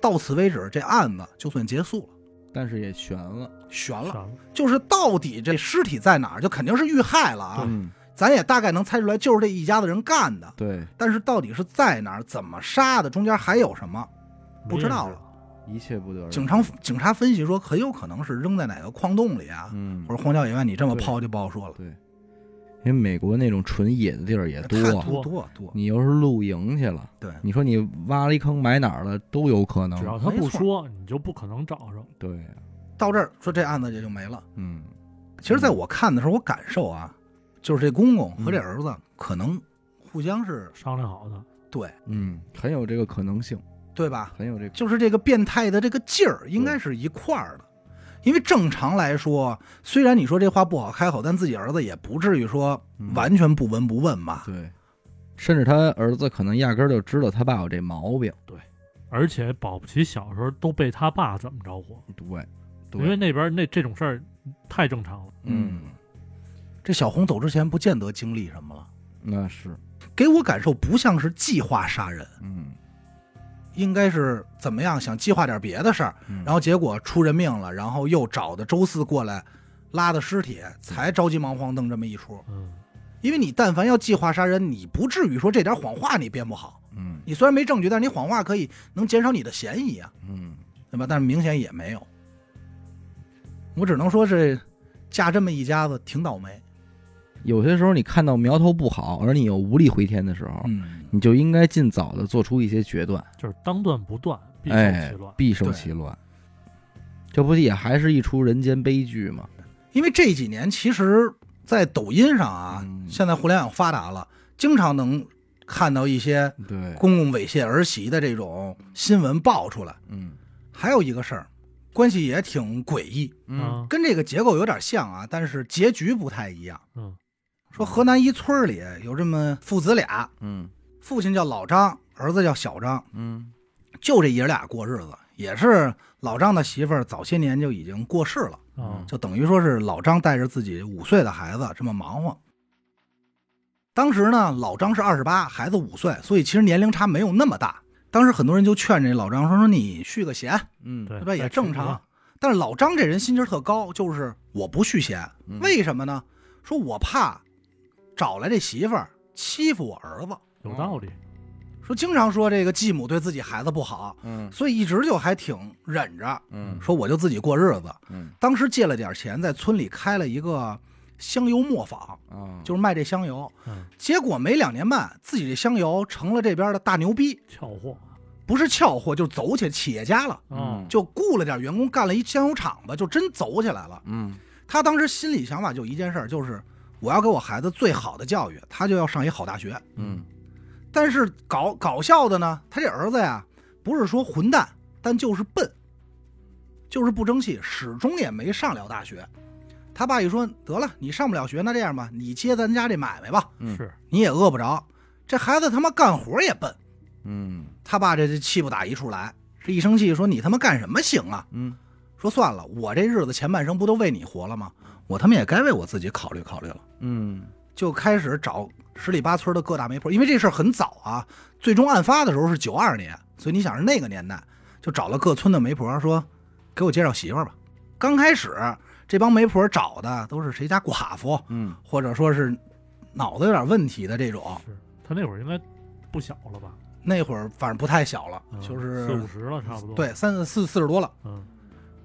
到此为止，这案子就算结束了，
但是也悬了，
悬
全
了。
了，
就是到底这尸体在哪儿，就肯定是遇害了啊。
嗯，
咱也大概能猜出来，就是这一家子人干的。
对，
但是到底是在哪儿、怎么杀的，中间还有什么？不知道
没人
了。
一切不得而知，
警察警察分析说，很有可能是扔在哪个矿洞里啊，
嗯
或，者荒郊野外。你这么
对
抛就不好说了，
对，因为美国那种纯野的地儿也多
太
啊，
多多多。
你要是露营去了，
对
你说你挖了一坑埋哪儿了都有可
只要
能，
他
没
不
错
说，你就不可能找着。
对，
到这儿说这案子也就没了。
嗯，嗯
其实，在我看的时候，我感受啊，就是这公公和这儿子可能互相是
商量好的，
对
嗯，很有这个可能性，
对吧？
很有这个，
就是这个变态的这个劲儿，应该是一块儿的。因为正常来说，虽然你说这话不好开口，但自己儿子也不至于说
嗯
完全不闻不问吧？
对，甚至他儿子可能压根儿就知道他爸有这毛病。
而且保不齐小时候都被他爸怎么着过，
对，
因
对，
为那边那这种事儿太正常了。
嗯，
这小红走之前不见得经历什么了，
那是，
给我感受不像是计划杀人，
嗯，
应该是怎么样想计划点别的事儿，
嗯
然后结果出人命了，然后又找的周四过来拉的尸体，才着急忙慌弄这么一出。
嗯，
因为你但凡要计划杀人，你不至于说这点谎话你编不好。
嗯
你虽然没证据，但是你谎话可以能减少你的嫌疑啊，
嗯，
对吧？但是明显也没有。我只能说是嫁这么一家子挺倒霉。
有些时候你看到苗头不好，而你又无力回天的时候，
嗯，
你就应该尽早的做出一些决断，
就是当断不断，必受
哎
其乱，。
必受
对
其乱。这不也还是一出人间悲剧吗？
因为这几年其实，在抖音上啊，
嗯
现在互联网发达了，经常能看到一些
对，
公共猥亵儿媳的这种新闻爆出来。
嗯
还有一个事儿，关系也挺诡异，
啊
嗯，
跟这个结构有点像啊，但是结局不太一样。
嗯
说河南一村儿里有这么父子俩，
嗯
父亲叫老张，儿子叫小张，
嗯
就这爷俩过日子。也是老张的媳妇儿早些年就已经过世了，
嗯
啊
就等于说是老张带着自己五岁的孩子这么忙活。当时呢，老张是二十八，孩子五岁，所以其实年龄差没有那么大。当时很多人就劝这老张说：“说你续个弦，
嗯，
对
对吧？也
再
正
吃
常
吧。”
但是老张这人心气儿特高，就是我不续弦，
嗯
为什么呢？说我怕找来这媳妇儿欺负我儿子，
哦
有道理。
说经常说这个继母对自己孩子不好，
嗯
所以一直就还挺忍着，
嗯
说我就自己过日子。
嗯
当时借了点钱，在村里开了一个香油磨坊，
啊，
就是卖这香油。
嗯，
结果没两年半，自己这香油成了这边的大牛逼，
俏货
不是俏货，就走起企业家了，
啊
嗯，
就雇了点员工，干了一香油厂子，就真走起来了。
嗯
他当时心里想法就一件事儿，就是我要给我孩子最好的教育，他就要上一好大学。
嗯
但是搞搞笑的呢，他这儿子呀，不是说混蛋，但就是笨，就是不争气，始终也没上了大学。他爸一说得了，你上不了学，那这样吧，你接咱家这买卖吧，
嗯
是
你也饿不着。这孩子他妈干活也笨，
嗯
他爸这这气不打一处来，这一生气说你他妈干什么行啊？
嗯
说算了，我这日子前半生不都为你活了吗？我他妈也该为我自己考虑考虑了。
嗯
就开始找十里八村的各大媒婆，因为这事儿很早啊，最终案发的时候是九二年，所以你想是那个年代，就找了各村的媒婆说，给我介绍媳妇儿吧。刚开始这帮媒婆找的都是谁家寡妇，
嗯
或者说是脑子有点问题的这种。
是，他那会儿应该不小了吧？
那会儿反正不太小了，
嗯
就
四五
是
十了，差不多。，
对三四四四十多了。
嗯，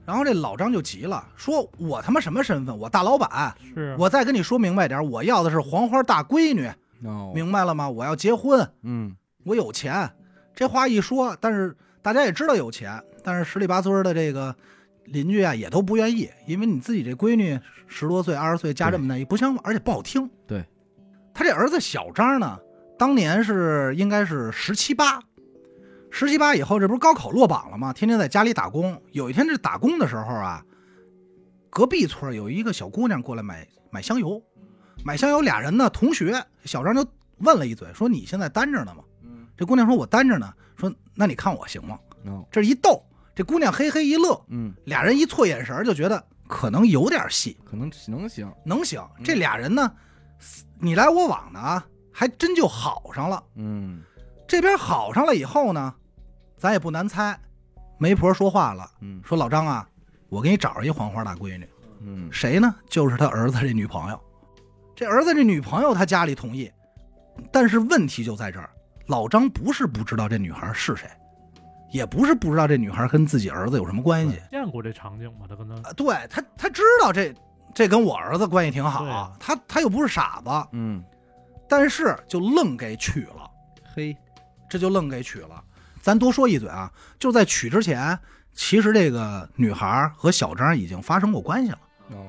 然后这老张就急了，说我他妈什么身份？我大老板，
是啊
我再跟你说明白点儿，我要的是黄花大闺女，
哦
明白了吗？我要结婚。
嗯
我有钱，这话一说，但是大家也知道有钱，但是十里八村的这个邻居啊，也都不愿意，因为你自己这闺女十多岁、二十岁，家这么大，也不相，而且不好听。
对，
他这儿子小张呢，当年是应该是十七八，十七八以后，这不是高考落榜了吗？天天在家里打工。有一天这打工的时候啊，隔壁村有一个小姑娘过来买买香油，买香油俩人呢同学，小张就问了一嘴，说你现在单着呢吗？
嗯
这姑娘说：“我单着呢。”说：“那你看我行吗
哦？”
这一逗，这姑娘嘿嘿一乐，
嗯，
俩人一错眼神儿就觉得可能有点戏，
可能能行，
能行。
嗯
这俩人呢，你来我往的啊，还真就好上了。
嗯
这边好上了以后呢，咱也不难猜，媒婆说话了，
嗯
说：“老张啊，我给你找着一黄花大闺女，
嗯
谁呢？就是他儿子这女朋友。这儿子这女朋友他家里同意，但是问题就在这儿，老张不是不知道这女孩是谁，也不是不知道这女孩跟自己儿子有什么关系。
见过这场景吗？他跟他
啊，对他，他知道这这跟我儿子关系挺好，
对啊
他他又不是傻子，
嗯，
但是就愣给娶了，
嘿，
这就愣给娶了。咱多说一嘴啊，就在娶之前，其实这个女孩和小张已经发生过关系了。
哦，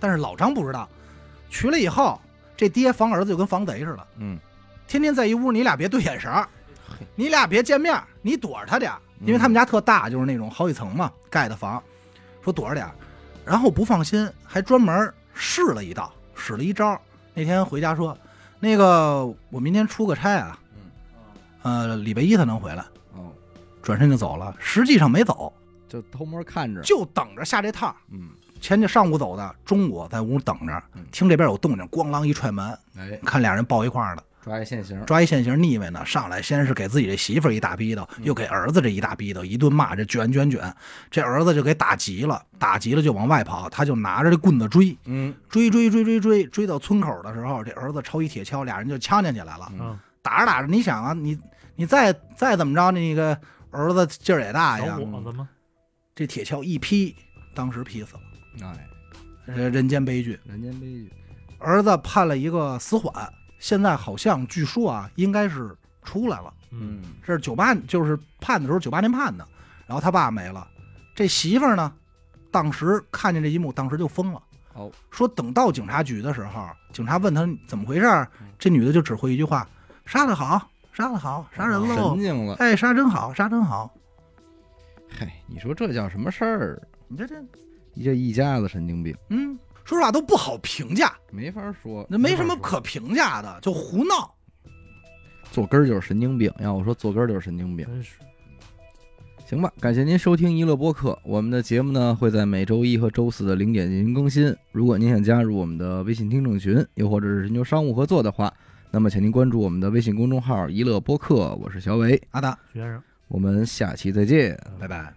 但是老张不知道，娶了以后，这爹防儿子就跟防贼似的，
嗯
天天在一屋，你俩别对眼神儿
嘿，
你俩别见面儿，你躲着他点儿，因为他们家特大，就是那种好几层嘛，盖的房，说躲着点儿。然后不放心，还专门试了一道，使了一招。那天回家说，那个我明天出个差啊，呃，礼拜一他能回来，
哦，
转身就走了。实际上没走，
就偷摸看着，
就等着下这趟。
嗯，
前天上午走的，中午在屋等着
嗯，
听这边有动静，咣啷一踹门，
哎，
看俩人抱一块儿了。
抓一现行，
抓一现行腻歪呢，上来先是给自己这媳妇儿一大逼斗，
嗯
又给儿子这一大逼斗，一顿骂，这卷卷卷，这儿子就给打急了，打急了就往外跑，他就拿着这棍子追，
嗯，
追追追追追，追到村口的时候，这儿子抄一铁锹，俩人就呛呛起来了，
嗯
啊，
打着打着，你想啊，你你再再怎么着，那个儿子劲儿也大
小
哎呀，
伙子吗？
这铁锹一劈，当时劈死了，
哎，
这人间悲剧，
人间悲剧，
儿子判了一个死缓，现在好像据说啊，应该是出来了。
嗯，
这是九八，就是判的时候九八年判的，然后他爸没了，这媳妇儿呢，当时看见这一幕，当时就疯了。
哦，
说等到警察局的时候，警察问他怎么回事儿
嗯，
这女的就只会一句话：“杀的好，杀的好，杀人喽
哦神！经了，
哎，杀真好，杀真好。
嘿，你说这叫什么事儿？”
你这这，
你这一家子神经病，
嗯，说实话都不好评价，
没法说，
那没什么可评价的，就胡闹。
坐根儿就是神经病。要我说，坐根儿就是神经病。
真是
行吧，感谢您收听娱乐播客。我们的节目呢会在每周一和周四的零点进行更新。如果您想加入我们的微信听众群，又或者是寻求商务合作的话，那么请您关注我们的微信公众号“娱乐播客”。我是小伟，
阿达，
学生。
我们下期再见。
拜拜。